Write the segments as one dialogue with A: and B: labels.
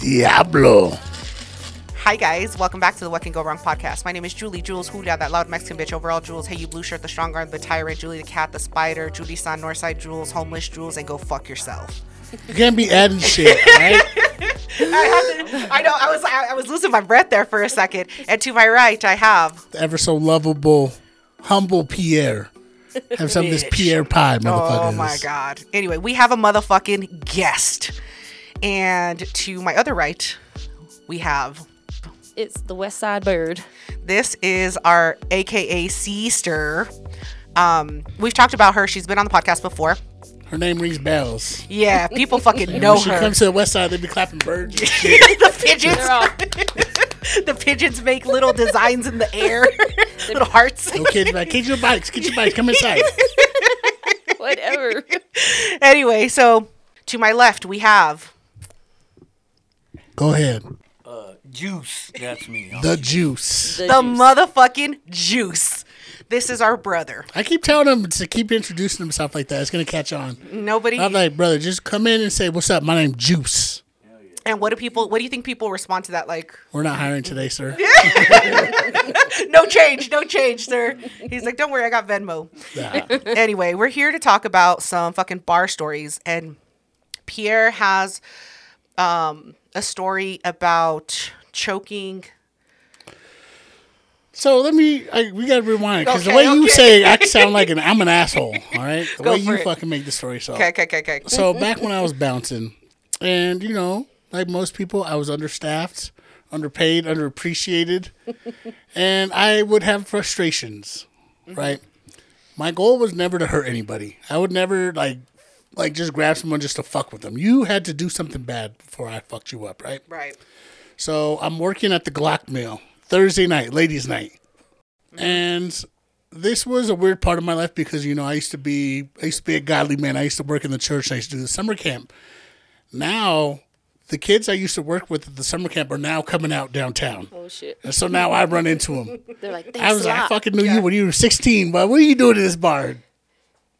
A: Diablo.
B: Hi guys, welcome back to the What Can Go Wrong podcast. My name is Julie Jules Julia, that loud Mexican bitch overall Jules. Hey, you blue shirt, the strong arm, the tyrant, Julie the cat, the spider, Judy San Northside Jules, homeless Jules, and go fuck yourself.
A: You can't be adding shit, right?
B: I know I was I, I was losing my breath there for a second, and to my right I have
A: The ever so lovable, humble Pierre. Have some of this
B: Bitch.
A: Pierre pie, motherfuckers.
B: oh my god. Anyway, we have a motherfucking guest, and to my other right we have
C: It's the West Side Bird.
B: this is our AKA sister. Um, we've talked about her. She's been on the podcast before.
A: Her name rings bells.
B: Yeah, people fucking
A: And
B: know
A: when she
B: her.
A: comes to the west side, they be clapping birds. and shit.
B: the pigeons.
C: They're all
B: the pigeons make little designs in the air, little hearts.
A: No kids, like, get your bikes, get your bikes, come inside.
C: whatever.
B: Anyway, so to my left we have
A: Go ahead.
D: Juice. That's me.
A: The juice.
B: the motherfucking juice. This is our brother.
A: I keep telling him to keep introducing himself like that. It's gonna catch on.
B: Nobody.
A: I'm like, brother, just come in and say, "What's up? My name Juice.
B: and what do people? What do you think people respond to that? Like,
A: We're not hiring today, sir."
B: no change, no change, sir. He's like, don't worry, I got Venmo.
A: Nah.
B: anyway, we're here to talk about some fucking bar stories, and Pierre has um, a story about choking.
A: So let me. I, we gotta rewind because the
B: Okay,
A: way you
B: okay.
A: say, it, I sound like an I'm an asshole. All right, the
B: Go
A: way
B: for
A: you
B: it.
A: fucking make the story. So
B: Okay, okay, okay, okay.
A: so back when I was bouncing, and you know, like most people, I was understaffed, underpaid, underappreciated, and I would have frustrations. Right. My goal was never to hurt anybody. I would never like like just grab someone just to fuck with them. You had to do something bad before I fucked you up, right?
B: Right.
A: So I'm working at the Glock Mill Thursday night, ladies' night, and this was a weird part of my life because you know I used to be I used to be a godly man. I used to work in the church. I used to do the summer camp. Now the kids I used to work with at the summer camp are now coming out downtown,
C: oh shit.
A: and so now I run into them.
C: They're like, thanks
A: I was
C: a
A: like, I
C: lot.
A: fucking knew you when you were 16, but what are you doing in this bar?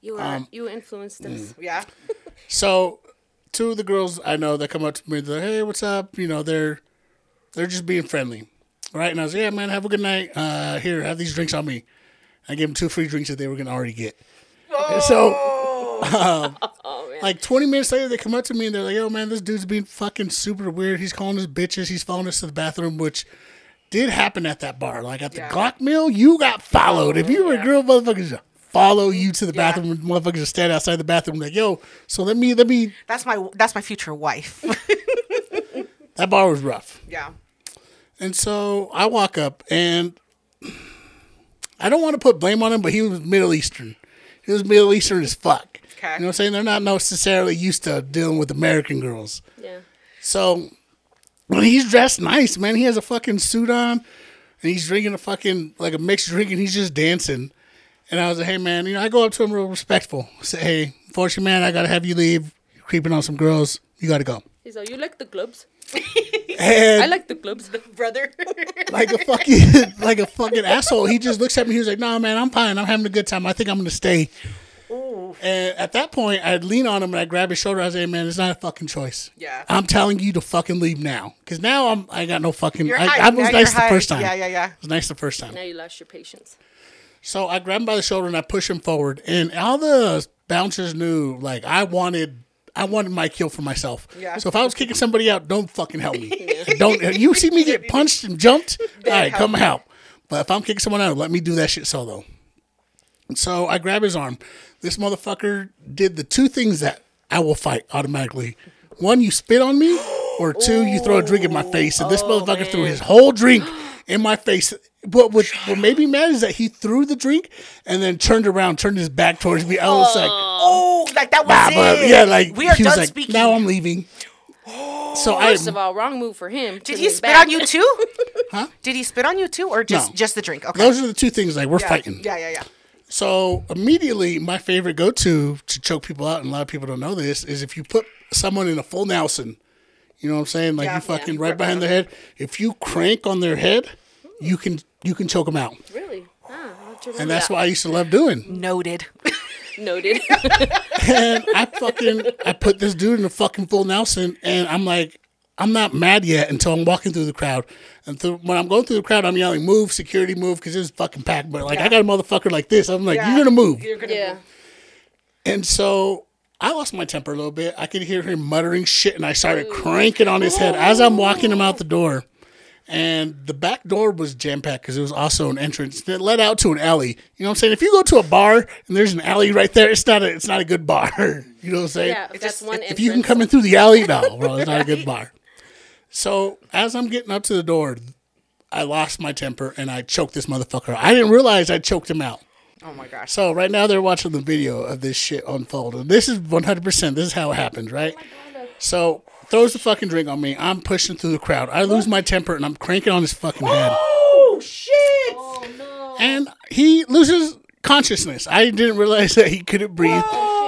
C: you are,
A: um,
C: you influenced
A: mm.
C: us.
B: Yeah.
A: So, two of the girls I know that come up to me, they're like, "Hey, what's up?" You know, they're they're just being friendly, right? And I was, "Yeah, man, have a good night. Uh, here, have these drinks on me." I gave them two free drinks that they were gonna already get. And so, um,
C: Oh man.
A: like twenty minutes later, they come up to me and they're like, "Yo, man, this dude's being fucking super weird. He's calling us bitches. He's following us to the bathroom," which did happen at that bar. Like at the
B: Yeah. Oh,
A: Glock Mill, you got followed. If you were a girl, motherfuckers. just Follow you to the
B: Yeah.
A: bathroom, and motherfuckers just stand outside the bathroom like, yo, so let me let me
B: That's my that's my future wife.
A: that bar was rough.
B: yeah.
A: And so I walk up and I don't want to put blame on him, but he was Middle Eastern. He was Middle Eastern as fuck.
B: Okay.
A: You know what I'm saying? They're not necessarily used to dealing with American girls.
C: yeah.
A: So when he's dressed nice, man, he has a fucking suit on and he's drinking a fucking like a mixed drink and he's just dancing. And I was like, hey man, you know, I go up to him real respectful. Say, hey, unfortunately, man, I gotta have you leave. You're creeping on some girls. You gotta go.
C: He's like, you like the clubs?
A: And
C: I like the clubs.
B: Brother.
A: like a fucking like a fucking asshole. He just looks at me. He was like, "Nah, man, I'm fine. I'm having a good time. I think I'm gonna stay." And at that point, I'd lean on him and I'd grab his shoulder. I was like, "Man, it's not a fucking choice.
B: Yeah.
A: I'm telling you to fucking leave now, because now I'm I got no fucking.
B: You're
A: I,
B: hyped.
A: I was
B: Now you're
A: nice the
B: hyped.
A: first time.
B: Yeah, yeah, yeah.
A: It was nice the first time.
C: now you lost your patience.
A: So I grab him by the shoulder and I push him forward. And all the bouncers knew, like, I wanted. I wanted my kill for myself.
B: Yeah.
A: So if I was kicking somebody out, don't fucking help me. Don't you see me get punched and jumped? All right, come help. But if I'm kicking someone out, let me do that shit solo. So I grab his arm. This motherfucker did the two things that I will fight automatically. One, you spit on me, or two, you throw a drink in my face. And this
B: Oh,
A: motherfucker threw his whole drink in my face. But what, what made me mad is that he threw the drink and then turned around, turned his back towards me. I was like,
B: oh, like that was
A: "Ah, but-"
B: it.
A: yeah, like
B: we are
A: he was
B: done
A: like,
B: speaking.
A: now I'm leaving. So I
C: First of all, wrong move for him.
B: Did
C: Turn
B: he
C: his
B: spit
C: back.
B: on you too?
A: Huh?
B: Did he spit on you too, or just
A: No.
B: just the drink? Okay.
A: those are the two things like we're
B: yeah.
A: fighting.
B: Yeah, yeah, yeah.
A: So immediately, my favorite go-to to choke people out, and a lot of people don't know this, is if you put someone in a full Nelson. You know what I'm saying? Like you
B: Yeah, yeah,
A: fucking
B: you
A: right
B: rip
A: behind the
B: them.
A: head. If you crank on their head, you can you can choke them out,
B: Oh,
C: Really? Ah, I'll have to remember
A: and that's
C: that.
A: what I used to love doing.
B: Noted.
C: Noted.
A: And I fucking I put this dude in a fucking full Nelson, and I'm like, I'm not mad yet until I'm walking through the crowd. And through, when I'm going through the crowd, I'm yelling, move, security, move, because it's fucking packed. But like, I got a motherfucker like this. I'm like, you're going to move.
B: You're gonna
C: Yeah.
A: And so I lost my temper a little bit. I could hear him muttering shit, and I started cranking on his head as I'm walking him out the door. And the back door was jam packed because it was also an entrance that led out to an alley. You know what I'm saying? If you go to a bar and there's an alley right there, it's not a it's not a good bar. You know what I'm saying?
C: Yeah, if that's one
A: If you can
C: entrance.
A: come in through the alley, no, bro, it's not a good bar. So as I'm getting up to the door, I lost my temper and I choked this motherfucker. I didn't realize I choked him out.
B: Oh my gosh.
A: So right now they're watching the video of this shit unfold. And this is 100%. This is how it happened, right?
B: Oh
A: So throws the fucking drink on me. I'm pushing through the crowd. I lose my temper and I'm cranking on his fucking head.
B: Oh shit!
A: And he loses consciousness. I didn't realize that he couldn't breathe.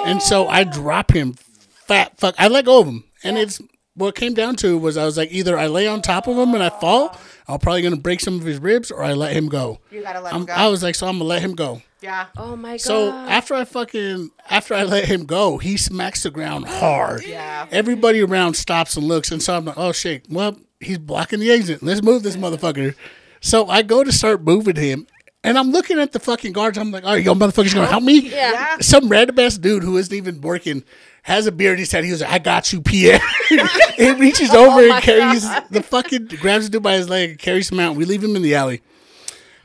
A: And so I drop him fat fuck. I let go of him. And it's what it came down to was I was like either I lay on top of him and I fall, I'm probably going to break some of his ribs or I let him go.
B: You gotta let him
A: I'm,
B: go.
A: I was like so I'm going to let him go.
B: yeah.
C: Oh my god.
A: So after I fucking after I let him go, he smacks the ground hard.
B: Yeah.
A: Everybody around stops and looks, and so I'm like, oh shit, well he's blocking the exit. Let's move this motherfucker. So I go to start moving him, and I'm looking at the fucking guards. I'm like, all right, yo, motherfuckers, gonna help me?
C: Yeah.
B: Yeah.
A: Some random ass dude who isn't even working has a beard. He said he was like, I got you, Pierre. he reaches
C: Oh
A: over and carries the fucking grabs the dude by his leg and carries him out. We leave him in the alley.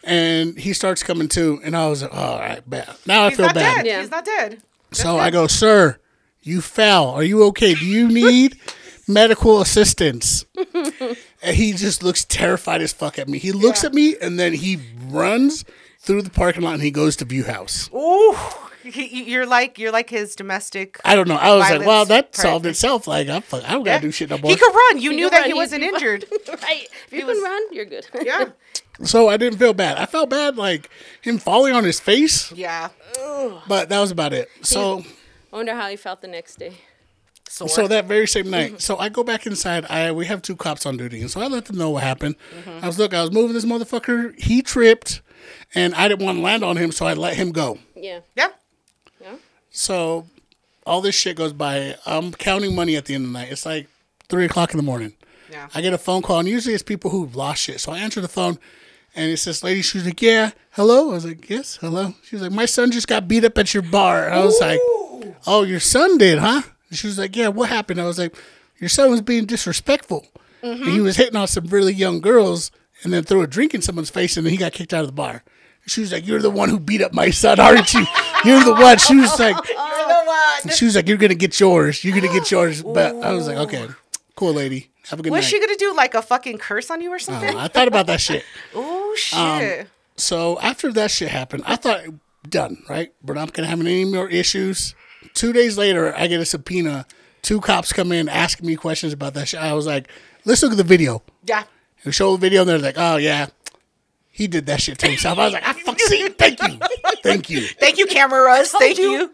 A: And he starts coming to, and I was like, all right, bad. Now I
B: He's
A: feel
B: not
A: bad.
B: dead.
C: Yeah.
B: He's not dead.
A: So I go, sir, you fell. Are you okay? Do you need medical assistance? and he just looks terrified as fuck at me. He looks at me and then he runs through the parking lot and he goes to View House.
B: Ooh. He- he- You're like you're like his domestic.
A: I don't know. I was like,
B: Violence
A: well, that
B: part.
A: solved itself. Like, I'm fuck, I don't gotta do shit no more.
B: He could run. You knew
C: can
B: that
C: run.
B: he
C: He's-
B: wasn't
C: he-
B: injured.
C: right. If you
B: was-
C: can run, you're good.
B: yeah.
A: so I didn't feel bad. I felt bad like him falling on his face,
B: Yeah.
A: but that was about it. So.
C: I wonder how he felt the next day.
A: So that very same night, so I go back inside. I we have two cops on duty, and so I let them know what happened. I was look, I was moving this motherfucker. He tripped, and I didn't want to land on him, so I let him go.
C: Yeah.
B: Yeah.
C: Yeah.
A: So all this shit goes by. I'm counting money at the end of the night. It's like three o'clock in the morning.
B: Yeah.
A: I get a phone call, and usually it's people who've lost shit. So I answer the phone, and it's this lady. She was like, "Yeah, hello." I was like, "Yes, hello." She was like, "My son just got beat up at your bar." I was like, "Oh, your son did, huh?" And she was like, "Yeah, what happened?" I was like, "Your son was being disrespectful. And he was hitting on some really young girls, and then threw a drink in someone's face, and then he got kicked out of the bar." And she was like, "You're the one who beat up my son, aren't you? You're the one." She was like,
B: You're the one.
A: "She was like, you're gonna get yours. You're gonna get yours." But I was like, "Okay, cool, lady. Have a good
B: What's
A: night."
B: she gonna do? Like a fucking curse on you or
A: I
B: something?
A: don't know. I thought about that shit.
B: Oh shit.
A: So after that shit happened, I thought done, right? We're not gonna have any more issues. Two days later, I get a subpoena. Two cops come in asking me questions about that shit. I was like, let's look at the video.
B: yeah.
A: And show the video, and they're like, oh yeah, he did that shit to himself. I was like, I fuck see. Thank you, thank you.
B: Thank you, cameras. Thank
C: you.
B: you.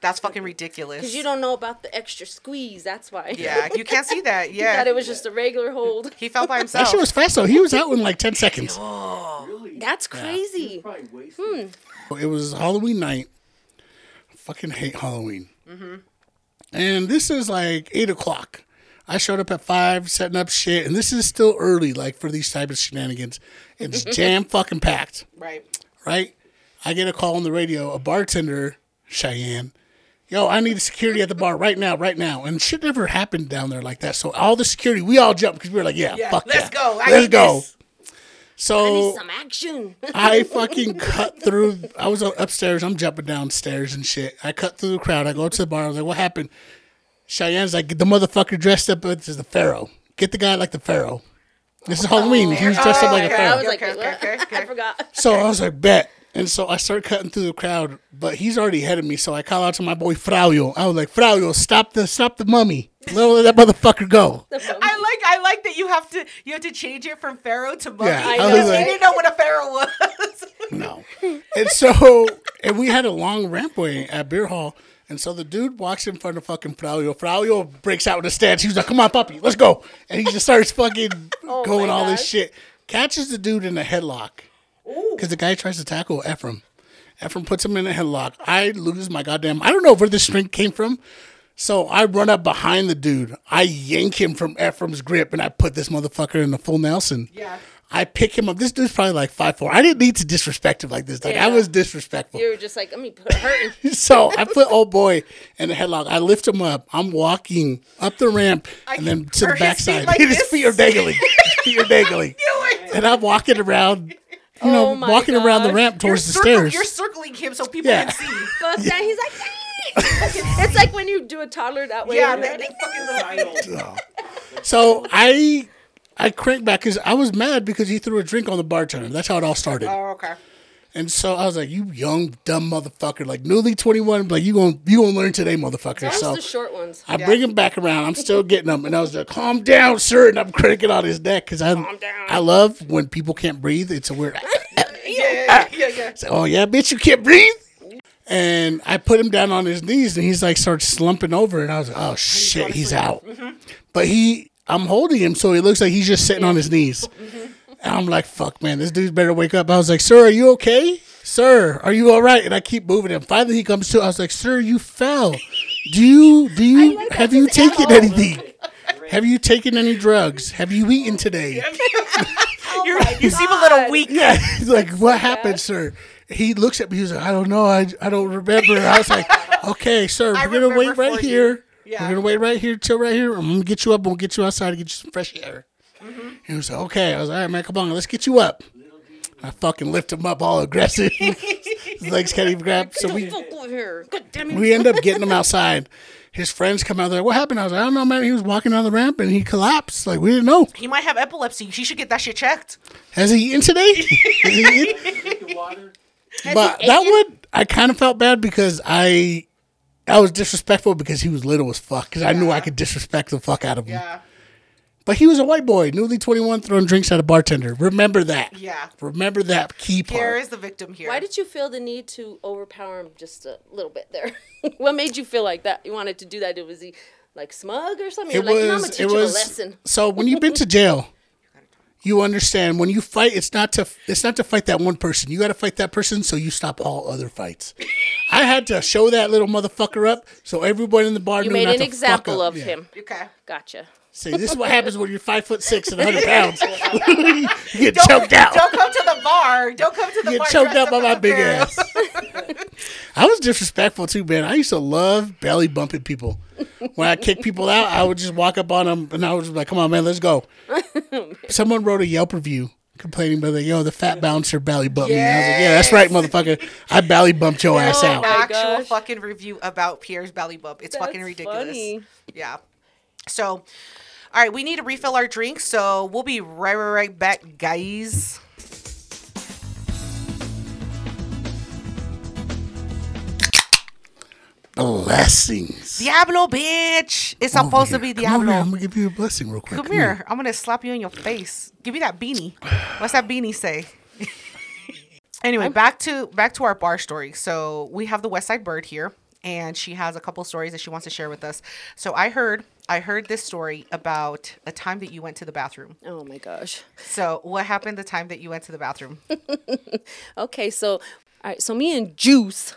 B: That's fucking ridiculous.
C: Because you don't know about the extra squeeze. That's why.
B: Yeah, you can't see that.
C: I
B: Yeah.
C: thought it was just a regular hold.
B: he fell by
A: That
B: himself.
A: shit was fast though. He was out in like ten seconds.
C: That's crazy.
D: Probably wasted.
A: It was Halloween night. I fucking hate Halloween. And this is like eight o'clock. I showed up at five, setting up shit, and this is still early, like for these type of shenanigans. It's jam fucking packed,
B: right.
A: right? I get a call on the radio, a bartender, Cheyenne. Yo, I need security at the bar right now, right now. And shit never happened down there like that. So all the security, we all jumped because we were like, yeah,
B: Yeah,
A: fuck
B: let's
A: yeah.
B: go. I
A: let's
B: need
A: go.
B: this.
A: So
C: I need some action.
A: I fucking cut through. I was upstairs. I'm jumping downstairs and shit. I cut through the crowd. I go up to the bar. I was like, "What happened?" Cheyenne's like, "The motherfucker dressed up as the pharaoh. Get the guy like the pharaoh. This is Halloween. He was dressed up like a
B: Oh, okay.
A: pharaoh."
C: I was like,
B: Okay,
C: wait, what?
B: okay, okay,
C: I forgot.
A: So I was like, bet. And so I start cutting through the crowd, but he's already ahead of me. So I call out to my boy Fraulio. I was like, Fraulio, stop the stop the mummy. Don't let that motherfucker go.
B: I like I like that you have to you have to change it from pharaoh to mummy.
A: Yeah, I
B: because
A: was
B: you
A: like-
B: didn't know what a pharaoh was.
A: No. And so, and we had a long rampway at Beer Hall. And so the dude walks in front of fucking Fraulio. Fraulio breaks out with a stance. He was like, come on, puppy, let's go. And he just starts fucking going
C: Oh my
A: all this
C: gosh.
A: shit. Catches the dude in a headlock. Because the guy tries to tackle Ephraim. Ephraim puts him in a headlock. I lose my goddamn. I don't know where this strength came from. So I run up behind the dude. I yank him from Ephraim's grip and I put this motherfucker in the full Nelson.
B: Yeah.
A: I pick him up. This dude's probably like five four. I didn't need to disrespect him like this. Like I
C: Yeah.
A: was disrespectful.
C: You were just like, I mean, put hurting.
A: So I put old boy in the headlock. I lift him up. I'm walking up the ramp and then to
B: or
A: the
B: his
A: backside.
B: feet like
A: his
B: this.
A: feet are dangling. His feet are dangling. and I'm walking around, you know,
C: Oh my
A: walking around the
C: gosh.
A: ramp
B: You're,
A: towards the
B: circle-
A: stairs.
B: you're circling him so people
A: Yeah.
B: can see.
C: Fuck that. He's like, "Ah." it's like when you do a toddler that way.
B: Yeah,
C: and
B: they,
C: they're
B: they
C: like,
B: fucking little people.
A: So I I cranked back because I was mad because he threw a drink on the bartender. That's how it all started.
B: Oh, okay.
A: And so I was like, "You young dumb motherfucker, like newly 21, like you gonna you gonna learn today, motherfucker."
C: That's
A: So
C: the short ones.
A: I bring him back around. I'm still getting him, and I was like, "Calm down, sir." And I'm cranking on his neck because I I love when people can't breathe. It's a weird.
B: Yeah, yeah, yeah.
A: Say, oh yeah, bitch, you can't breathe. And I put him down on his knees, and he's like starts slumping over, and I was like, oh shit, he's out. But he, I'm holding him, so he looks like he's just sitting on his knees. And I'm like, fuck, man, this dude better wake up. I was like, sir, are you okay? Sir, are you all right? And I keep moving him. Finally, he comes to. I was like, sir, you fell. Do you do you
C: like
A: have
C: that's
A: you
C: his
A: taken
C: MO.
A: anything? Have you taken any drugs? Have you eaten today?
C: Oh
B: You're, you seem a little weak.
A: Yeah, he's like, what happened, sir? He looks at me. He's like, I don't know. I, I don't remember. I was like, okay, sir,
B: I
A: we're gonna
B: remember
A: wait right
B: for you."
A: here.
B: Yeah.
A: We're gonna wait right here, chill right here. I'm gonna get you up. We'll get you outside to get you some fresh air.
B: Mm-hmm.
A: He was like, okay. I was like, all right, man, come on, let's get you up. I fucking lift him up, all aggressive. His legs can't even grab. So we
C: fuck over here. God damn it.
A: we end up getting him outside. His friends come out there. What happened? I was like, I don't know, man. He was walking down the ramp and he collapsed. Like we didn't know.
B: He might have epilepsy. She should get that shit checked.
A: Has he eaten today? Has he eaten? but that would I kind of felt bad because I I was disrespectful because he was little as fuck because I knew I could disrespect the fuck out of him.
B: Yeah.
A: But he was a white boy, newly twenty one, throwing drinks at a bartender. Remember that.
B: Yeah.
A: Remember that key part.
B: Here is the victim here.
C: Why did you feel the need to overpower him just a little bit there? what made you feel like that? You wanted to do that? It was he like smug or something? You're like, you know, I'm gonna teach him a lesson.
A: So when you've been to jail, you understand when you fight, it's not to it's not to fight that one person. You got to fight that person so you stop all other fights. I had to show that little motherfucker up so everybody in the bar
C: You
A: knew
C: made
A: not
C: an
A: to fuck
C: example
A: up.
C: of
A: Yeah.
C: him.
B: Okay.
C: Gotcha.
A: See, this is what happens when you're five foot six and 100 pounds. you get choked out.
B: Don't come to the bar. Don't come to the
A: You
B: bar.
A: get choked
B: dressed
A: out by
B: as
A: my
B: a
A: big
B: girl.
A: ass. I was disrespectful too, man. I used to love belly bumping people. When I kick people out, I would just walk up on them and I was like, come on, man, let's go. Someone wrote a Yelp review complaining about, like, yo, the fat bouncer belly bumped me. And I was like, yeah, that's right, motherfucker. I belly bumped your ass
B: An
A: out.
C: Oh my
B: actual
C: gosh.
B: fucking review about Pierre's belly bump. It's fucking
C: That's
B: ridiculous.
C: funny.
B: Yeah. So, all right, we need to refill our drinks, so we'll be right, right, right back, guys.
A: Blessings.
B: Diablo, bitch. It's supposed to be
A: Come over here. I'm
B: Diablo.
A: going to give you a blessing real quick.
B: Come here. I'm gonna slap you in your face. Give me that beanie. What's that beanie say? anyway, back to back to our bar story. So we have the West Side Bird here, and she has a couple stories that she wants to share with us. So I heard I heard this story about a time that you went to the bathroom.
C: Oh my gosh.
B: So what happened the time that you went to the bathroom?
C: Okay, so all right, so me and Juice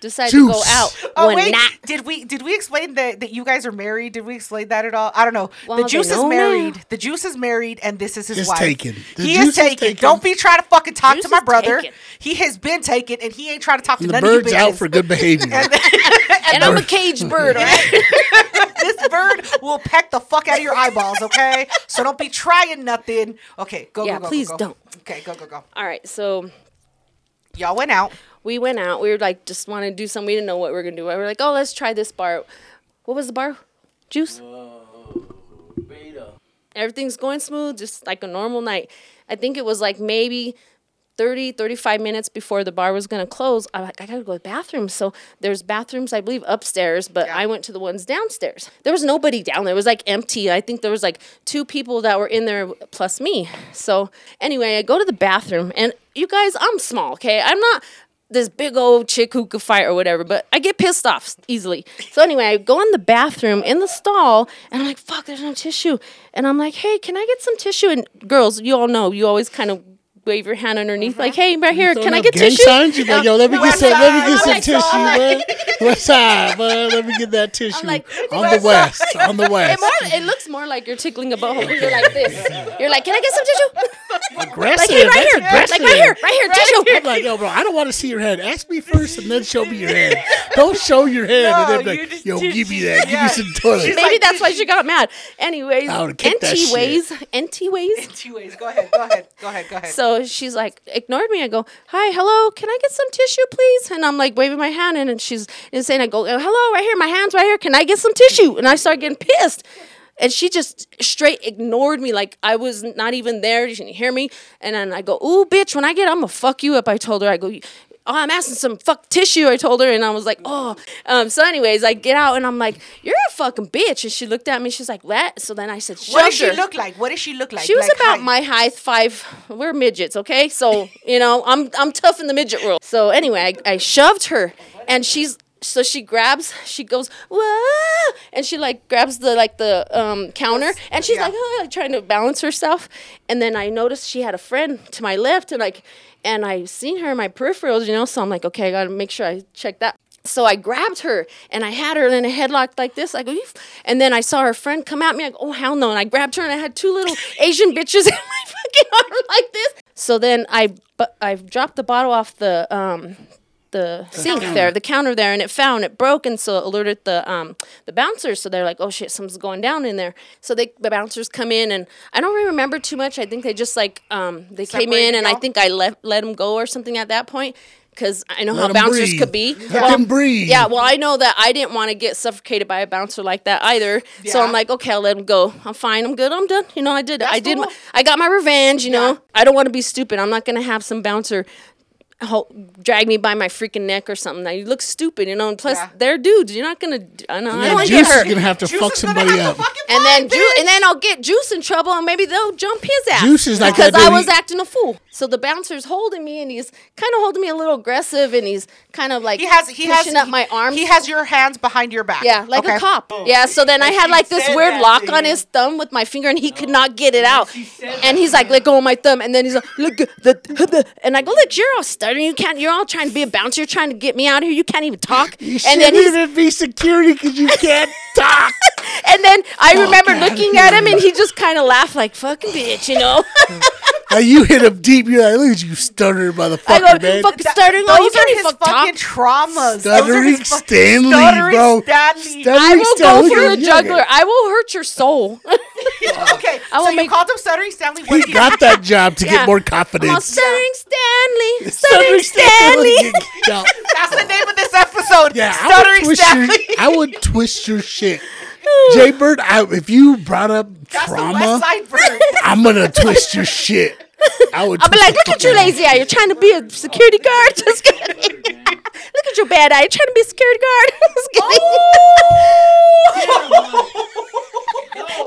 C: decided to go
A: Juice.
C: out
B: Oh
C: one
B: wait,
C: night.
B: did we did we explain that that you guys are married? Did we explain that at all? I don't know.
C: Well,
B: the
C: they
B: juice is
C: know
B: married.
C: now.
B: The juice is married, and this is his
A: It's
B: wife.
A: taken. The
B: he
A: juice
B: is
A: is
B: taken.
A: taken.
B: Don't be trying to fucking talk
C: Juice
B: to my
C: is
B: brother.
C: taken.
B: He has been taken, and he ain't trying to talk to
A: And the
B: none of
A: bird's
B: you
A: out
B: bitches.
A: for good behavior.
C: And I'm a caged bird, all right?
B: this bird will peck the fuck out of your eyeballs. Okay, so don't be trying nothing. Okay, go
C: Yeah,
B: go go.
C: please
B: go, go.
C: don't.
B: Okay, go go go.
C: all right, so
B: Y'all went out.
C: we went out. We were like, just want to do something. We didn't know what we were gonna do. We were like, oh, let's try this bar. What was the bar? Juice.
D: Beta.
C: Everything's going smooth, just like a normal night. I think it was like maybe 30, 35 minutes before the bar was gonna close. I'm like, I gotta go to the bathroom. So there's bathrooms, I believe, upstairs, but I went to the ones downstairs. There was nobody down there. It was like empty. I think there was like two people that were in there plus me. So anyway, I go to the bathroom and you guys, I'm small, okay? I'm not this big old chick who could fight or whatever, but I get pissed off easily. So anyway, I go in the bathroom in the stall and I'm like, fuck, there's no tissue. And I'm like, hey, can I get some tissue? And girls, you all know, you always kind of wave your hand underneath,
A: Uh-huh.
C: like, "Hey, right here,
A: Throwing
C: can I
A: up
C: get
A: gang
C: tissue?"
A: Signs? You're like, yo, let me get
B: West
A: some, let me get
B: side,
A: some
C: west
A: tissue,
C: side.
A: man. West side, man. Let me get that tissue.
C: like,
A: on the
B: west
A: west, on the
C: It,
A: west.
C: more, it looks more like you're tickling a butthole. You're like this. You're like, "Can I get some tissue?"
A: aggressive.
C: Like, "Hey, right
A: That's
C: here,
A: aggressive.
C: like right here, right here, tissue.
A: I'm like, yo, bro, I don't want to see your head. Ask me first and then show me your head. Don't show your head
B: No,
A: and then be
B: you
A: like,
B: just
A: yo,
B: did-
A: give me that.
B: yeah.
A: Give me some toilet.
C: Maybe
B: like,
C: that's why she got mad. Anyways,
A: I would've kicked that
C: NT
A: shit.
C: ways, NT ways.
B: Two ways. Go ahead. Go ahead. Go ahead. Go ahead.
C: So she's like, ignored me. I go, hi, hello, can I get some tissue, please? And I'm like waving my hand, and, and she's insane. I go, "Oh, hello, right here, my hand's right here. Can I get some tissue? And I start getting pissed. And she just straight ignored me like I was not even there. She didn't hear me. And then I go, ooh, bitch, when I get, I'm gonna fuck you up. I told her, I go, oh, I'm asking some fuck tissue. I told her, and I was like, oh. Um, so, anyways, I get out and I'm like, you're a fucking bitch. And she looked at me. She's like, what? So then I said,
B: what does
C: shoved
B: she
C: her.
B: look like? What does she look like?
C: She was
B: Like,
C: about
B: hi.
C: my height, five. We're midgets, okay? So you know, I'm I'm tough in the midget world. So anyway, I, I shoved her, and she's so she grabs, she goes whoa, and she like grabs the like the um, counter, and she's
B: Yeah.
C: like, "Ah," like, trying to balance herself. And then I noticed she had a friend to my left, and like, and I seen her in my peripherals, you know. So I'm like, okay, I gotta make sure I check that. So I grabbed her and I had her in a headlock like this. I go, you f-. and then I saw her friend come at me. I go, oh hell no! And I grabbed her and I had two little Asian bitches in my fucking arm like this. So then I bu- I dropped the bottle off the um the sink there, the counter there, and it found it broke, and so it alerted the um the bouncers. So they're like, oh shit, something's going down in there. So they the bouncers come in, and I don't really remember too much. I think they just like um they came in,
B: Separated
C: and I
B: y'all?
C: think I left let them go or something at that point. Cause I know
A: Let
C: how
A: 'em
C: bouncers
A: breathe.
C: could be.
A: Let 'em breathe.
C: Yeah, well, I know that I didn't want to get suffocated by a bouncer like that either. So
B: Yeah.
C: I'm like, okay, I'll let him go. I'm fine. I'm good. I'm done. You know, I did. I did.
B: cool.
C: My, I got my revenge. You
B: Yeah.
C: know, I don't want to be stupid. I'm not gonna have some bouncer ho- drag me by my freaking neck or something. Like, you look stupid. You know, and plus
B: Yeah.
C: they're dudes. You're not gonna. I know. I
A: Man,
C: don't wanna get
A: Juice is
C: hurt.
A: gonna have to
B: Juice
A: fuck
B: is gonna
A: somebody
B: have
A: up.
B: to fucking
C: And
B: fight,
C: then, Ju-
B: bitch.
C: and then I'll get Juice in trouble, and maybe they'll jump his ass.
A: Juice is like that
C: because I
A: dude,
C: was
A: he-
C: acting a fool. So the bouncer's holding me, and he's kind of holding me a little aggressive, and he's kind of like
B: he has he has
C: pushing up my arms.
B: He has your hands behind your back.
C: Yeah, like
B: Okay.
C: a cop. Yeah, so then I had
D: Oh. she
C: like this
D: said
C: weird
D: that
C: lock
D: to
C: on
D: you. Oh.
C: his thumb with my finger, and he could not get it out.
D: she said
C: And
D: that
C: he's like, "Let go of my thumb," and then he's like, "Look," the, the, and I go, "Look, you're all stuttering. You can't. You're all trying to be a bouncer. You're trying to get me out of here. You can't even talk."
A: You
C: and then
A: shouldn't
C: he's,
A: even be security because you can't talk.
C: and then I remember
A: outta
C: looking
A: here.
C: at him, and he just kind of laughed like, "Fucking bitch," you know.
A: Now you hit him deep. You're like, look at you stuttering
C: I
A: motherfucker,
C: go,
A: man.
C: "Fuck,
B: That-
C: stuttering. Oh,
B: Those
C: you
B: are
C: can't
B: his
C: even fuck talk."
B: fucking traumas. Those are
A: Stuttering
B: his fuck-
A: Stanley,
B: stuttering
A: bro.
B: Stanley.
C: I will
A: Stanley,
C: go for
A: look
C: a
A: at you.
C: juggler. I will hurt your soul.
B: okay,
C: I will
B: so you
C: make-
B: called him stuttering Stanley. What
A: He
B: did
A: got that job to
C: Yeah.
A: get more
C: I'm all,
A: confidence.
C: stuttering Stanley. Stuttering
A: Stanley.
C: Stanley.
A: Yeah.
B: That's the name of this episode.
A: Yeah, I
B: stuttering
A: would, twist
B: Stanley.
A: your, I would twist your shit. Jaybird, I, if you brought up
B: That's the West
A: trauma,
B: Side Bird.
A: I'm gonna twist your shit. I would.
C: I'll be
A: twist
C: like,
A: the
C: look at
A: fuck
C: your
A: out of
C: lazy eye. You're trying to be a security guard. Just kidding. look at your bad eye. You're trying to be a security guard. Just kidding.
A: Oh!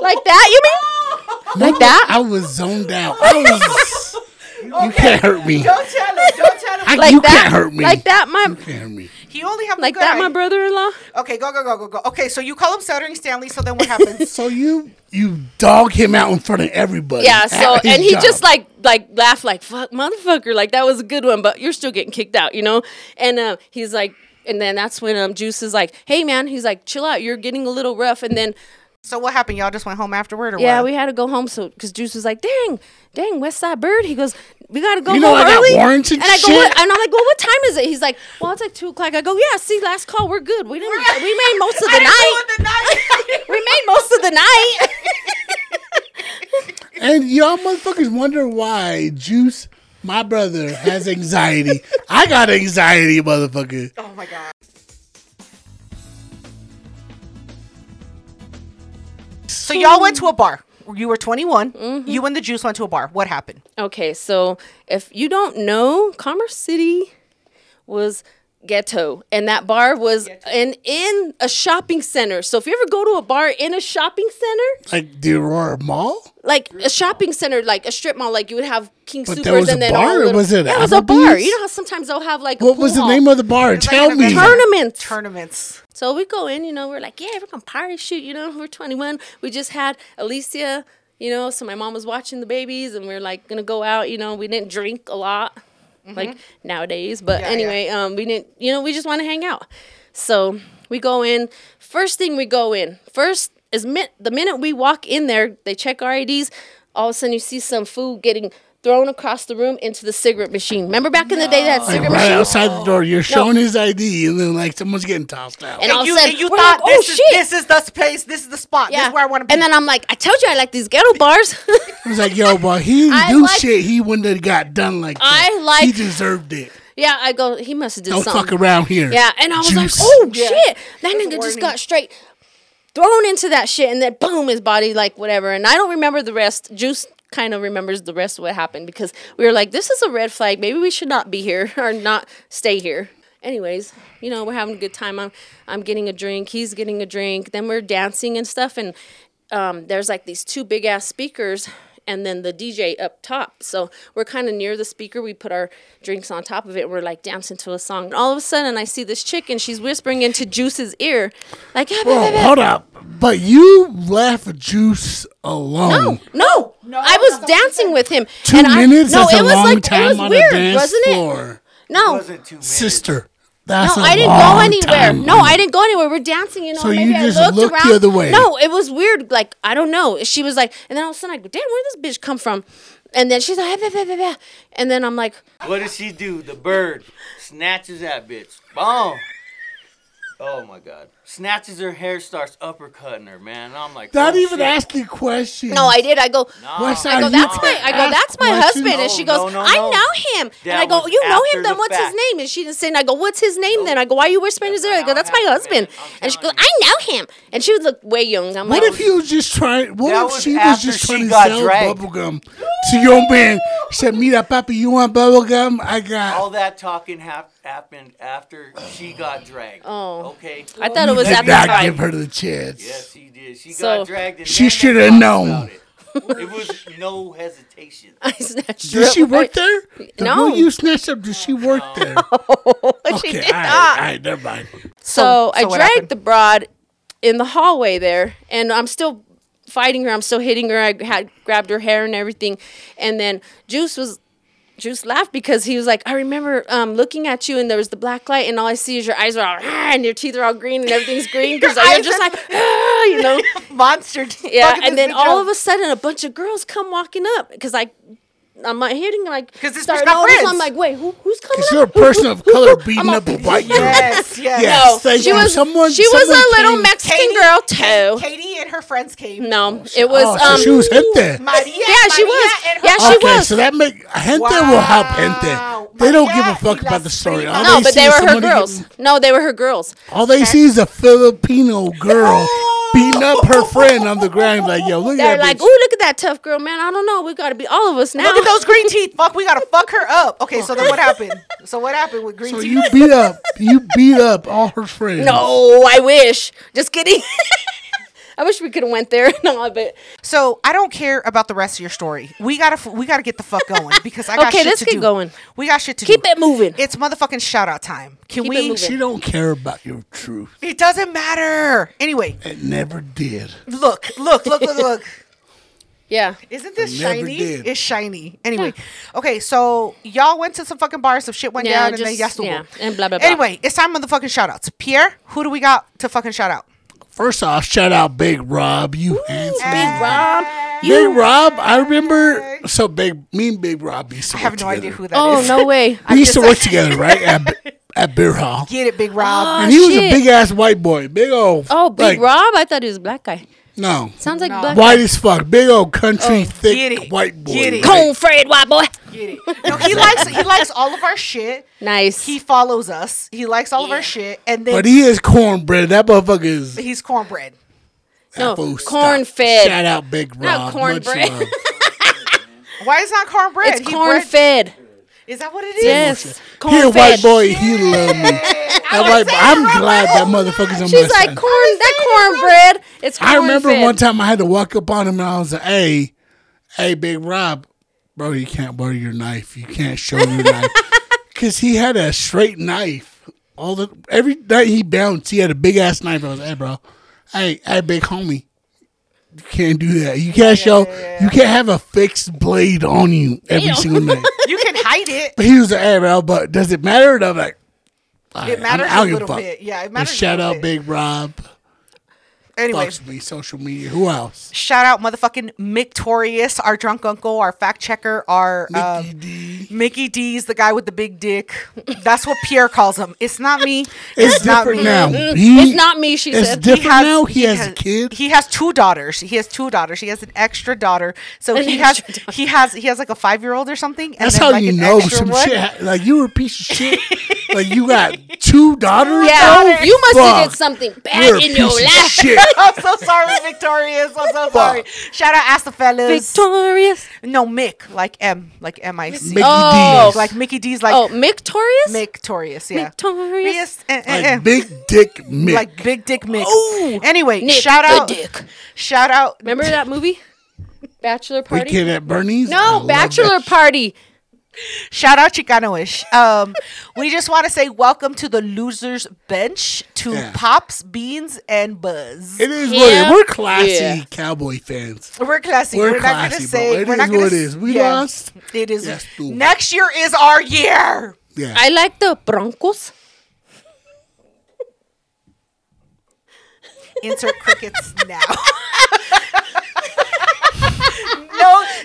C: like that, you mean?
A: you. Remember,
C: that?
A: I was zoned out. I was. You can't hurt me.
B: Don't tell him. Don't tell him.
A: I,
C: Like
A: you
C: that.
A: can't hurt me.
C: Like that, my
A: You can't hurt me.
B: He only have
C: like
B: a good
C: that,
B: eye.
C: my brother-in-law.
B: Okay, go go go go go. Okay, so you call him stuttering Stanley. So then what happens?
A: So you you dog him out in front of everybody.
C: Yeah. So
A: at his
C: and he
A: job.
C: just like like laughed like fuck motherfucker like that was a good one, but you're still getting kicked out, you know. And uh, he's like, and then that's when um Juice is like, hey man, he's like, chill out, you're getting a little rough, and then.
B: so what happened? Y'all just went home afterward, or
C: Yeah,
B: what?
C: we had to go home. So, because Juice was like, "Dang, dang, West Side Bird." He goes, "We gotta go
A: You know
C: home
A: I got
C: early."
A: warrants and
C: I go,
A: shit.
C: what? and I'm like, "Well, what time is it?" He's like, "Well, it's like two o'clock." I go, "Yeah, see, last call, we're good. We didn't, we made most of the night. we made most of the night."
A: and y'all motherfuckers wonder why Juice, my brother, has anxiety. I got anxiety, motherfucker.
B: Oh my god. So y'all went to a bar. You were 21.
C: Mm-hmm.
B: You and the juice went to a bar. What happened?
C: Okay, so if you don't know, Commerce City was ghetto and that bar was in in a shopping center. So if you ever go to a bar in a shopping center,
A: Like the Aurora Mall.
C: like a shopping center, like a strip mall, like you would have King
A: But there
C: Supers
A: was a
C: and then
A: bar
C: all
A: or
C: little-
A: was it
C: Yeah, it was a bar.
A: Applebee's?
C: You know how sometimes they'll have like a
A: What
C: pool
A: was the
C: hall.
A: name of the bar?
B: like
A: Tell
B: an
A: me.
B: event.
C: tournaments?
B: Tournaments.
C: So we go in, you know, we're like, yeah, we're gonna party shoot, you know, we're 21. We just had Alicia you know. So my mom was watching the babies, and we were like gonna go out. You know, we didn't drink a lot like nowadays, but
B: Mm-hmm. Yeah,
C: anyway, um, we didn't. You know, we just want to hang out. So we go in. First thing we go in. First is min- the minute we walk in there, they check our IDs. All of a sudden, you see some food getting thrown across the room into the cigarette machine. Remember back in the day that
A: Like
C: cigarette
A: right
C: machine?
A: outside the door, you're showing his ID, and then like someone's getting tossed out.
C: And
B: And
C: all
B: you,
C: of a sudden,
B: and you
C: we're
B: thought
C: like, oh
B: this, is,
C: shit.
B: this is the place, this is the spot, this is where I want to be.
C: And then I'm like, I told you I like these ghetto bars.
A: I was like, yo, but he didn't
C: I
A: do
C: like-
A: shit. He wouldn't have got done like that.
C: I like-
A: He deserved it.
C: yeah, I go, he must have did
A: Don't
C: something.
A: fuck around here.
C: Yeah, and I was like,
A: Juice.
C: oh
B: Yeah.
C: shit, that
B: That's a
C: nigga just
B: warning.
C: got straight thrown into that shit, and then boom, his body like whatever. And I don't remember the rest. Juice kind of remembers the rest of what happened because we were like, this is a red flag. Maybe we should not be here or not stay here. Anyways, you know we're having a good time. I'm I'm getting a drink. He's getting a drink. Then we're dancing and stuff. And um, there's like these two big ass speakers. And then the DJ up top. So we're kind of near the speaker. We put our drinks on top of it. We're like dancing to a song. And all of a sudden, I see this chick and she's whispering into Juice's ear, like, yeah,
A: Bro, hold up. But you left Juice alone.
C: No, no, I was dancing with him.
A: Two minutes
C: I,
A: is a
C: it was
A: long
C: like
A: time
C: it was
A: on
C: weird,
A: a dance
C: wasn't
A: floor.
C: it? No,
D: wasn't two minutes.
A: Sister, that's
C: no,
A: I
C: I didn't go anywhere. No, I didn't go anywhere. We're dancing, you know.
A: So
C: and maybe
A: you just
C: I looked,
A: looked the
C: around.
A: other way.
C: No, it was weird. Like I don't know. She was like, and then all of a sudden I go, damn, where did this bitch come from? And then she's like, "Ah, bah, bah, bah, bah." and then I'm like,
D: What does she do? The bird snatches that bitch. Boom. Oh my god. Snatches her hair, starts uppercutting her, man. And I'm like,
A: Not
D: oh,
A: even
D: shit.
A: asking questions.
C: no, I did. I go.
D: No.
A: What's
C: I go,
A: up?
C: that's
A: You
C: my,
A: can't
C: I go,
A: ask
C: that's my
A: questions.
C: husband. And she
D: No,
C: goes,
D: no,
C: I
D: no.
C: know him.
D: That
C: and I go,
D: was
C: you know
D: after
C: him, then
D: the
C: what's
D: fact.
C: his name? And she didn't say, and I go, what's his name then? I go, why are you whispering his ear? I go,
D: That's
C: that's
D: not
C: my
D: how it
C: husband.
D: happened. I'm
C: And she goes,
D: telling
C: I know him. And she looked way young. I'm
A: What
C: like,
A: if he was just trying? What
D: That
A: if
D: was
A: she was
D: after
A: just
D: she
A: trying to
D: got
A: sell
D: dragged.
A: bubblegum to your man? Said, "Mira, papi, you want bubblegum? I
D: All
A: got."
D: that talking hap- happened after she got dragged. Oh. Okay.
C: I thought it was
A: Did
C: at the
A: not
C: time.
A: give her the chance.
D: Yes, she did. She
C: So-
D: got dragged. And
A: She
D: then
A: shoulda
D: they talked
A: known.
D: about It. it was no hesitation.
C: I snatched her
A: Did
C: up
A: she work
C: right-
A: there? The
C: No.
A: girl you snatched up. Did she work there? Okay,
C: did
A: all right, all right, never mind.
B: So-
C: So, I
B: so what happened?
C: dragged the broad in the hallway there, and I'm still fighting her. I'm still hitting her. I had grabbed her hair and everything, and then Juice was. Juice laughed because he was like, I remember um, looking at you and there was the black light and all I see is your eyes are all "Ah," and your teeth are all green and everything's green because
B: eyes
C: you're just
B: are-
C: like, "Ah," you know?
B: Monster.
C: Yeah. And then all of a sudden a bunch of girls come walking up because I, I'm not hitting like,
B: 'Cause this bitch
C: started
B: got
C: all this.
B: friends.
C: I'm like, wait, who, who's coming
A: Because
C: up?
A: you're a
C: Who-
A: person
C: who-
A: of
C: who-
A: color
C: who?"
A: beating
C: I'm all-
A: up a white girl.
B: Yes, yes.
A: Yes, thank
C: Oh, she
A: you.
C: was
A: Someone-
C: she was
A: someone
C: a little
A: came-
C: Mexican
B: Katie-
C: girl too.
B: Katie and her friends came.
C: No, it was
A: Oh, so
C: um.
A: she was gente.
B: Maria,
C: yeah, she
B: Maria
C: was.
B: and her
C: Yeah, she
A: okay,
C: was.
A: so that make gente will help
B: Wow.
A: gente. They don't give a
B: Maria
A: fuck
B: y
A: about
B: las
A: the story.
B: primas.
A: All
C: no, but
A: see
C: they
A: is
C: were her
A: somebody
C: girls.
A: getting-
C: No, they were her girls.
A: All they see is a Filipino girl beating up her friend on the ground. Like, yo, look
C: They're
A: at that
C: like,
A: bitch.
C: "Ooh, look at that tough girl, man! I don't know. We got to be all of us now."
B: Look at those green teeth. Fuck, we gotta fuck her up. Okay, so then what happened? So what happened with green
A: So
B: teeth?
A: you beat up, you beat up all her friends.
C: No, I wish. Just kidding. I wish we could have went there. No, but
B: So I don't care about the rest of your story. We gotta f- we gotta get the fuck going because I got
C: Okay,
B: shit
C: let's
B: to
C: get
B: do.
C: going.
B: We got shit to
C: Keep
B: do.
C: it moving.
B: It's motherfucking shout out time. Can
C: Keep it
B: we?
C: moving.
A: she don't care about your truth.
B: It doesn't matter. Anyway,
A: It never did.
B: look, look, look, look, look.
C: yeah,
B: Isn't this
A: never
B: shiny?
A: did.
B: It's shiny. Anyway, okay, so y'all went to some fucking bars, some shit went
C: Yeah,
B: down, and then yes,
C: just- yeah, and blah, blah, blah.
B: Anyway, it's time on the fucking shout outs. Pierre, who do we got to fucking shout out?
A: First off, shout out Big Rob, you handsome.
C: Big Rob.
A: Big Rob, I remember. So big, me and Big Rob used to
B: I
A: work
B: have no
A: together.
B: idea who that is.
C: Oh no way.
A: We used to work together, right? At, at beer hall.
B: Get it, Big Rob.
C: Oh,
A: and he was a
C: shit.
A: big ass white boy, big old.
C: Oh, Big
A: like,
C: Rob. I thought he was a black guy.
A: No,
C: Sounds like Oh, black.
A: white as fuck, big old country thick
B: get it,
A: white boy.
B: get
A: Like,
B: it.
C: Cone Fred, white boy.
B: Get it. No, he likes he likes all of our shit.
C: Nice.
B: He follows us. He likes all of our shit, and then
A: But he is cornbread. That motherfucker is
B: he's cornbread.
C: No,
A: full stop.
C: corn fed.
A: Shout out Big Rob.
C: Not cornbread.
A: Much love.
B: Why is not cornbread?
C: It's
B: He
C: corn
B: bread-
C: fed.
B: Is that what it is?
C: Yes,
A: Here,
C: corn
A: white
C: fed.
A: boy, he love me. That white boy- I'm glad
B: oh,
A: that motherfucker's on my
C: She's like
A: side.
C: corn. That cornbread. It's corn
A: I remember
C: fed.
A: one time I had to walk up on him and I was like, "Hey, hey, Big Rob, bro, you can't borrow your knife. You can't show your knife because he had a straight knife. All the every night he bounced, he had a big ass knife. I was, "Hey, bro, hey, hey, big homie, You can't do that. You can't show. You can't have a fixed blade on you every
C: Ew.
A: single night.
B: You can hide it.
A: But he was like, "Hey, man, but does it matter?" And I'm like, "Alright,
B: It
A: I'm-
B: matters
A: I don't
B: a
A: give
B: little
A: fuck."
B: bit. Yeah, it
A: But
B: matters. a
A: shout
B: little
A: out,
B: bit.
A: Big Rob.
B: Anyway,
A: Fucks me. Social media. Who else?
B: shout out motherfucking Mictorious, our drunk uncle, our fact checker, our um,
A: Mickey D.
B: Mickey D's, the guy with the big dick. That's what Pierre calls him. It's not me.
A: It's,
B: not
A: different
B: me.
A: now.
C: Mm,
A: He-
C: it's not me, she
A: It's
C: said.
A: different now. He, has, a kid.
B: He has two daughters. He has two daughters. He has an extra daughter. So
C: An
B: he has
C: extra
B: he has he has like a five year old or something. And
A: That's
B: then
A: how
B: like
A: you
B: an
A: know
B: extra
A: some
B: one.
A: shit. ha- Like you were a piece of shit. like you got two daughters.
C: Yeah,
A: bro?
C: you must have
A: Fuck.
C: did something bad
A: You're a
C: in your
A: piece of
C: life.
A: shit.
B: I'm so sorry, Victorious. I'm so sorry. Shout out Ask the Fellas.
C: Victorious.
B: no, Mick, like M, like M I C.
A: Mickey
C: Oh.
A: D's.
B: Like Mickey D's, like
C: Oh, Victorious?
B: Mictorious, yeah.
C: Victorious.
B: Victorious. eh, eh, eh.
A: like big dick Mick.
B: Like big dick Mick.
C: Ooh.
B: anyway,
C: Oh, Nick
B: shout
C: the
B: out.
C: Dick.
B: Shout out.
C: Remember that movie? Bachelor Party?
A: Weekend at Bernie's. I
C: no,
A: love
C: Bachelor
A: that
C: Party.
B: Shout out Chicanoish. Um, we just want to say welcome to the losers bench to
A: Yeah.
B: Pops, Beans, and Buzz.
A: It is what it is. We're classy
C: Yeah.
A: cowboy fans.
B: we're classy. We're,
A: We're
B: not going
A: classy,
B: to
A: bro.
B: say.
A: It
B: we're
A: is
B: not gonna
A: what it
B: s-
A: is. We lost.
B: It is.
A: Yes, dude.
B: Next year is our year.
A: Yeah.
C: I like the Broncos.
B: Insert crickets now. no,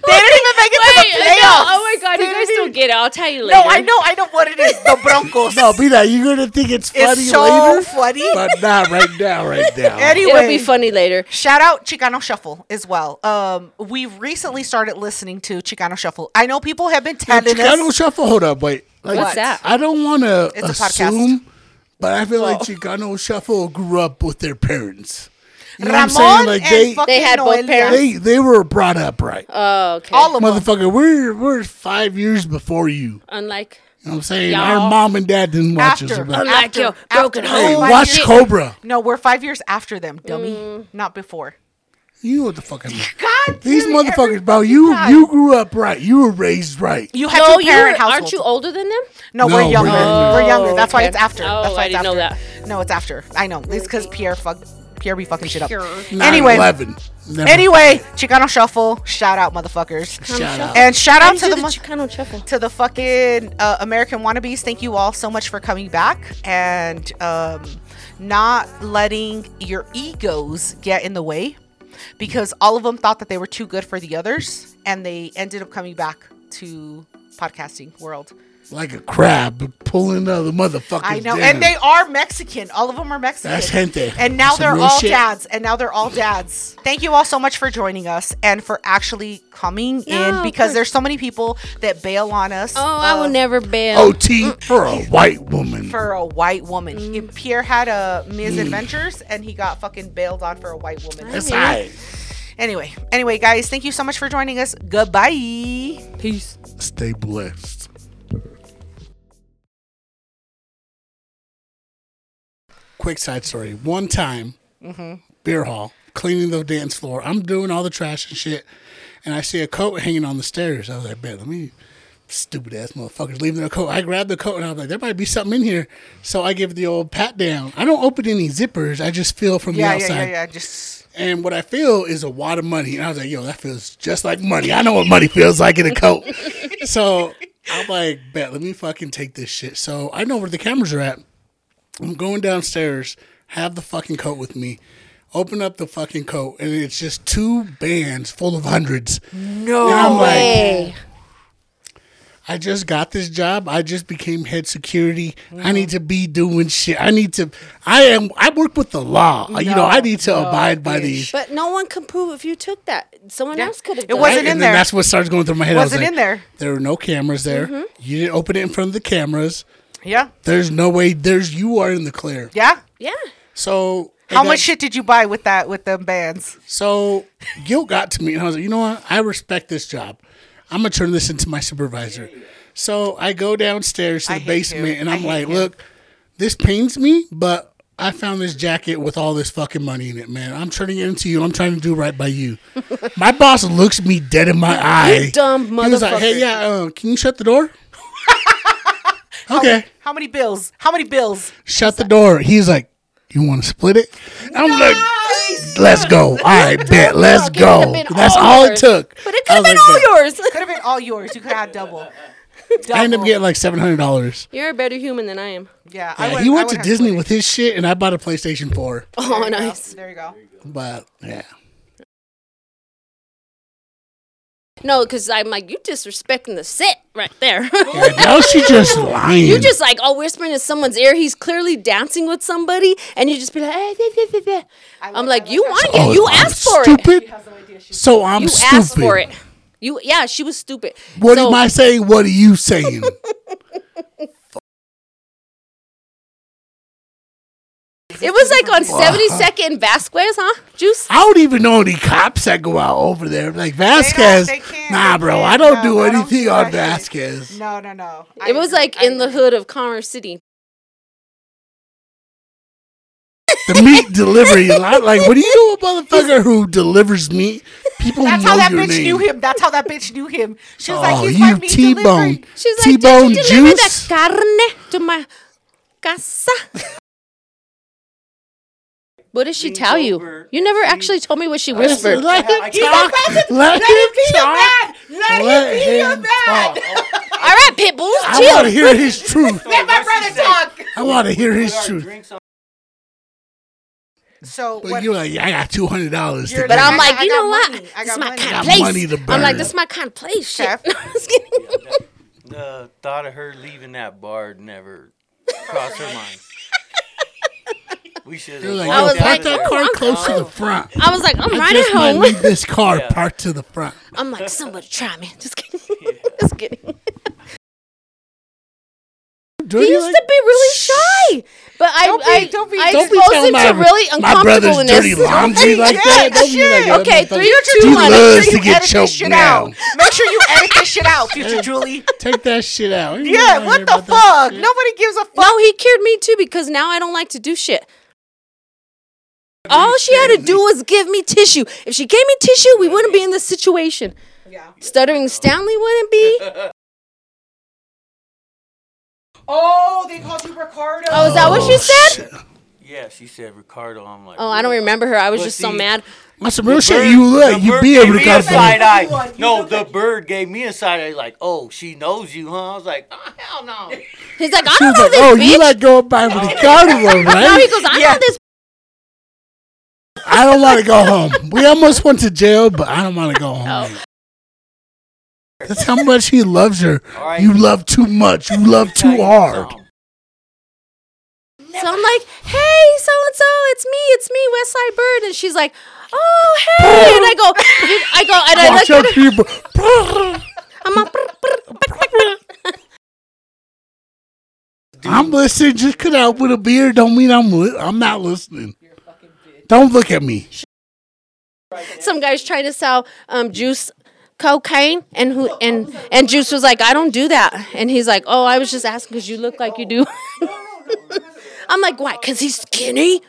B: they didn't even make it
C: Wait,
B: to the
C: no,
B: playoffs.
C: oh my god,
B: They
C: you guys
B: didn't
C: don't
B: even-
C: get it. I'll tell you later.
B: No, I know, I know what it is. The Broncos.
A: no, be that you're gonna think it's funny
B: it's so
A: later,
B: funny.
A: but not right now. Right now.
B: Anyway,
C: It'll be funny later.
B: Shout out Chicano Shuffle as well. Um, we recently started listening to Chicano Shuffle. I know people have been
A: The
B: telling
A: Chicano
B: us.
A: Shuffle. Hold up, wait. Like,
C: What's that?
A: I don't want to
B: It's a podcast.
A: assume, but I feel like
C: Oh.
A: Chicano Shuffle grew up with their parents. You know what I'm
B: Ramon
A: saying? Like
B: and
A: they,
B: fucking Uh-huh.
C: They had both
B: Noelia.
C: parents.
A: they, they were brought up right.
C: Oh, okay.
B: all of them.
A: Motherfucker, we're we're five years before you.
C: Unlike
A: You know what I'm saying?
C: Y'all.
A: Our mom and dad didn't watch us.
B: After, Oh,
A: About.
C: Unlike
B: after,
C: your
B: after
C: broken
B: five
A: Hey,
C: home.
A: watch
B: years-
A: Cobra.
B: No, we're five years after them, dummy.
C: Mm.
B: Not before.
A: You know what the fuck I mean.
B: God,
A: These
B: damn it, every
A: motherfuckers, bro. You
B: time.
A: you grew up right. You were raised right.
B: You have
C: no,
B: two
C: you
B: parent household.
C: aren't you older than them?
A: No,
B: No, we're
A: we're
B: younger.
A: younger.
B: We're younger. That's why
C: okay.
B: it's after.
C: Oh,
B: That's why
C: I
B: it's
C: didn't
B: after.
C: know
B: No, it's after. I know. It's because Pierre fuck Pierre be fucking shit up.
A: Nine
B: Anyway,
A: eleven. Never.
B: anyway, Chicano Shuffle. Shout out, motherfuckers.
A: shout out.
B: And shout
C: I
B: out
C: do
B: to the.
C: the
B: mo-
C: Chicano shuffle.
B: to the fucking uh, American wannabes, thank you all so much for coming back and um, not letting your egos get in the way because all of them thought that they were too good for the others and they ended up coming back to podcasting world.
A: like a crab pulling other motherfuckers.
B: I know.
A: down.
B: And they are Mexican. All of them are Mexican.
A: That's gente.
B: And now
A: That's some
B: they're
A: real
B: all
A: shit.
B: dads. And now they're all dads. Thank you all so much for joining us and for actually coming
C: No,
B: in
C: of
B: because
C: course.
B: there's so many people that bail on us.
C: Oh, I will
B: um,
C: never bail.
A: OT for a white woman.
B: for a white woman.
C: Mm.
B: If Pierre had a misadventures and he got fucking bailed on for a white woman.
A: Mm. That's right.
B: Anyway, anyway, guys, thank you so much for joining us. Goodbye.
C: Peace.
A: Stay blessed. Quick side story. One time,
B: Mm-hmm.
A: beer hall, cleaning the dance floor. I'm doing all the trash and shit, and I see a coat hanging on the stairs. I was like, man, let me stupid ass motherfuckers leaving their coat. I grabbed the coat and I was like, there might be something in here. So I give it the old pat down. I don't open any zippers. I just feel from
B: Yeah,
A: the
B: yeah,
A: outside.
B: yeah, yeah. Just
A: And what I feel is a wad of money. And I was like, yo, that feels just like money. I know what money feels like in a coat. so I'm like, bet, let me fucking take this shit. So I know where the cameras are at. I'm going downstairs, have the fucking coat with me, open up the fucking coat, and it's just two bands full of hundreds. No. And I'm like,
C: Hey.
A: I just got this job. I just became head security. I need to be doing shit. I need to, I am, I work with the law. you know, I need to abide by these.
C: But no one can prove if you took that. Someone else could have.
B: It wasn't
A: Right?
B: in
A: and then
B: there.
A: That's what starts going through my head. I was
B: Wasn't
A: like,
B: in there. Mm-hmm.
A: There were no cameras there. You didn't open it in front of the cameras.
B: yeah,
A: There's no way. There's you are in the clear.
B: yeah.
C: Yeah.
A: So
B: How
A: and
B: much
A: that-
B: shit did you buy with that with them bands?
A: So guilt got to me, and I was like, you know what? I respect this job. I'm gonna turn this into my supervisor. So I go downstairs to
B: I
A: the
B: hate you.
A: basement, and
B: I
A: I'm
B: hate
A: like,
B: you.
A: look, this pains me, but I found this jacket with all this fucking money in it, man. I'm turning it into you. I'm trying to do right by you. my boss looks me dead in my eye.
C: dumb
A: He was like, hey,
C: motherfucker.
A: yeah, uh, can you shut the door? okay
B: How many bills? How many bills?
A: shut the door. He's like, you want to split it? I'm like,
D: face.
A: Let's go. All right, bet. Let's
C: It could've
A: go.
C: been
A: That's
C: all
A: all it
C: yours.
A: took.
C: But it
A: I
C: could have
A: was
C: been
A: like,
C: all
A: bet.
C: yours.
B: Could have been all yours. You could have had double.
A: I ended up
B: Double.
A: getting like seven hundred dollars.
C: You're a better human than I am.
B: Yeah,
A: Yeah,
B: would-
A: he went
B: would
A: to
B: have
A: Disney
B: split
A: with his shit, and I bought a PlayStation Four.
B: it. There
C: Oh,
B: you go.
C: nice.
B: There you go.
A: But yeah,
C: No, because I'm like, you disrespecting the set right there.
A: yeah now she just lying.
C: you just like all whispering in someone's ear. He's clearly dancing with somebody, and you just be like, eh, eh, eh, eh, eh. I'm like, you want
A: Oh,
C: it. You
A: I'm
C: asked for it.
A: stupid. So I'm
C: You
A: stupid.
C: asked for it. You yeah, she was stupid.
A: What
C: So-
A: am I saying? What are you saying?
C: It was like on 72nd and Vasquez, huh? Juice.
A: I don't even know any cops that go out over there. Like Vasquez,
B: they can't,
A: nah,
B: they
A: bro,
B: can't.
A: I don't
B: No,
A: do
B: I don't
A: anything
B: do
A: on
B: that shit.
A: Vasquez.
B: No, no, no. I
C: It was
B: agree.
C: like
B: I
C: in the
B: agree.
C: hood of Commerce City.
A: The meat delivery lot, like, what do you do, a motherfucker who delivers meat? People
B: That's
A: know
B: how that
A: your
B: bitch
A: name.
B: knew him. That's how that bitch knew him. She was
A: Oh,
B: like, he's my
A: you
B: meat
A: T-bone,
B: delivery.
C: She's like,
A: T-bone
C: Did you deliver
A: juice.
C: that carne to my casa? What did she
D: Leaned
C: tell you?
D: over
C: You never
D: and
C: actually told me what she whispered.
A: Let him
D: I
A: talk.
D: can't-
A: Let him talk.
B: Let him be a man. Let
A: Let
B: him be a
A: him
B: man.
A: talk. Oh,
C: All right, pit bulls,
A: I want to
C: chill.
A: hear his truth.
B: Let my brother talk.
A: I want to hear his
D: Put our
A: truth.
D: drinks on
B: So
A: But
B: what-
A: you're like, I got two hundred dollars.
B: You're
C: But I'm
B: I
C: like,
B: got- I
C: you
B: got
C: know what?
B: money. I
C: This is
B: got
C: my
B: money.
C: kind
A: I
C: of
A: got money to
C: place. I'm like,
A: burn.
C: this is my kind of place. Shit.
B: Okay.
C: I'm just kidding.
D: The thought of her leaving that bar never crossed her mind. We should
A: You're
D: have
A: like,
C: I
A: yo,
C: was
A: park
C: like,
A: that
C: oh,
A: car
C: I'm
A: close to the
C: cool.
A: front.
C: I was like, I'm
A: I
C: riding
A: just might
C: home.
A: leave this car
D: Yeah.
A: parked to the front.
C: I'm like, somebody try me. Just kidding. Just kidding.
A: Do
C: He
A: you
C: used
A: like-
C: to be really shy, but I
B: Don't be-
C: I,
B: don't be-
C: I
B: don't
A: be
C: exposed
A: telling
C: him
A: my-
C: to really
A: my
C: uncomfortable
A: brother's
C: in
A: dirty
C: this.
A: laundry like that. Don't be like,
B: Yeah,
A: "Yo,
C: Okay,
A: motherfucker,
C: three or two
A: He
C: months.
A: loves
B: Make sure
A: to
B: you
A: get
B: edit this
A: choked
B: shit
A: now.
B: out. Make sure you edit this shit out, future Julie.
A: Take that shit out. Ain't
B: Yeah,
A: nobody
B: what
A: hear
B: the
A: about that
B: fuck?
A: shit.
B: Nobody gives a fuck.
C: No, he cured me too because now I don't like to do shit. All she had to do was give me tissue. If she gave me tissue, we wouldn't be in this situation.
B: Yeah.
C: Stuttering Stanley wouldn't be.
B: Oh, they called you Ricardo.
C: Oh, is that what she said?
D: Yeah, she said Ricardo. I'm like,
C: Oh, I don't remember her. I was
D: But
C: just so
D: see,
C: mad.
A: On some real shit, you look. You be
D: gave
A: able to
D: me
A: go
D: a side
A: to
D: eye.
B: You
D: No,
B: look
D: the
B: like-
D: bird gave me a side eye. Like, oh, she knows you, huh? I was like, oh, hell no.
C: He's like, I
A: She
C: don't
A: was
C: know
A: like,
C: this
A: oh,
C: bitch.
A: you like going by with the carnival,
C: now he
A: right?
C: goes, I
B: Yeah.
C: know this.
A: I don't want to go home. We almost went to jail, but I don't want to go home. That's how much he loves her.
D: All right.
A: You love too much. You love
D: Tell
A: too
D: you
A: hard.
D: something.
C: So I'm like, hey, so and so, it's me, it's me, Westside Bird, and she's like, oh hey, and I go, you- I go, and I
A: Watch
C: look at
A: out,
C: her.
A: people.
C: I'm like, brr, brr, brr, brr, brr.
A: I'm listening just 'cause I with a beer don't mean I'm li- I'm not listening. Don't look at me.
C: some guys trying to sell um, juice cocaine and who and and juice was like i don't do that and he's like oh i was just asking because you look like you do i'm like why because he's skinny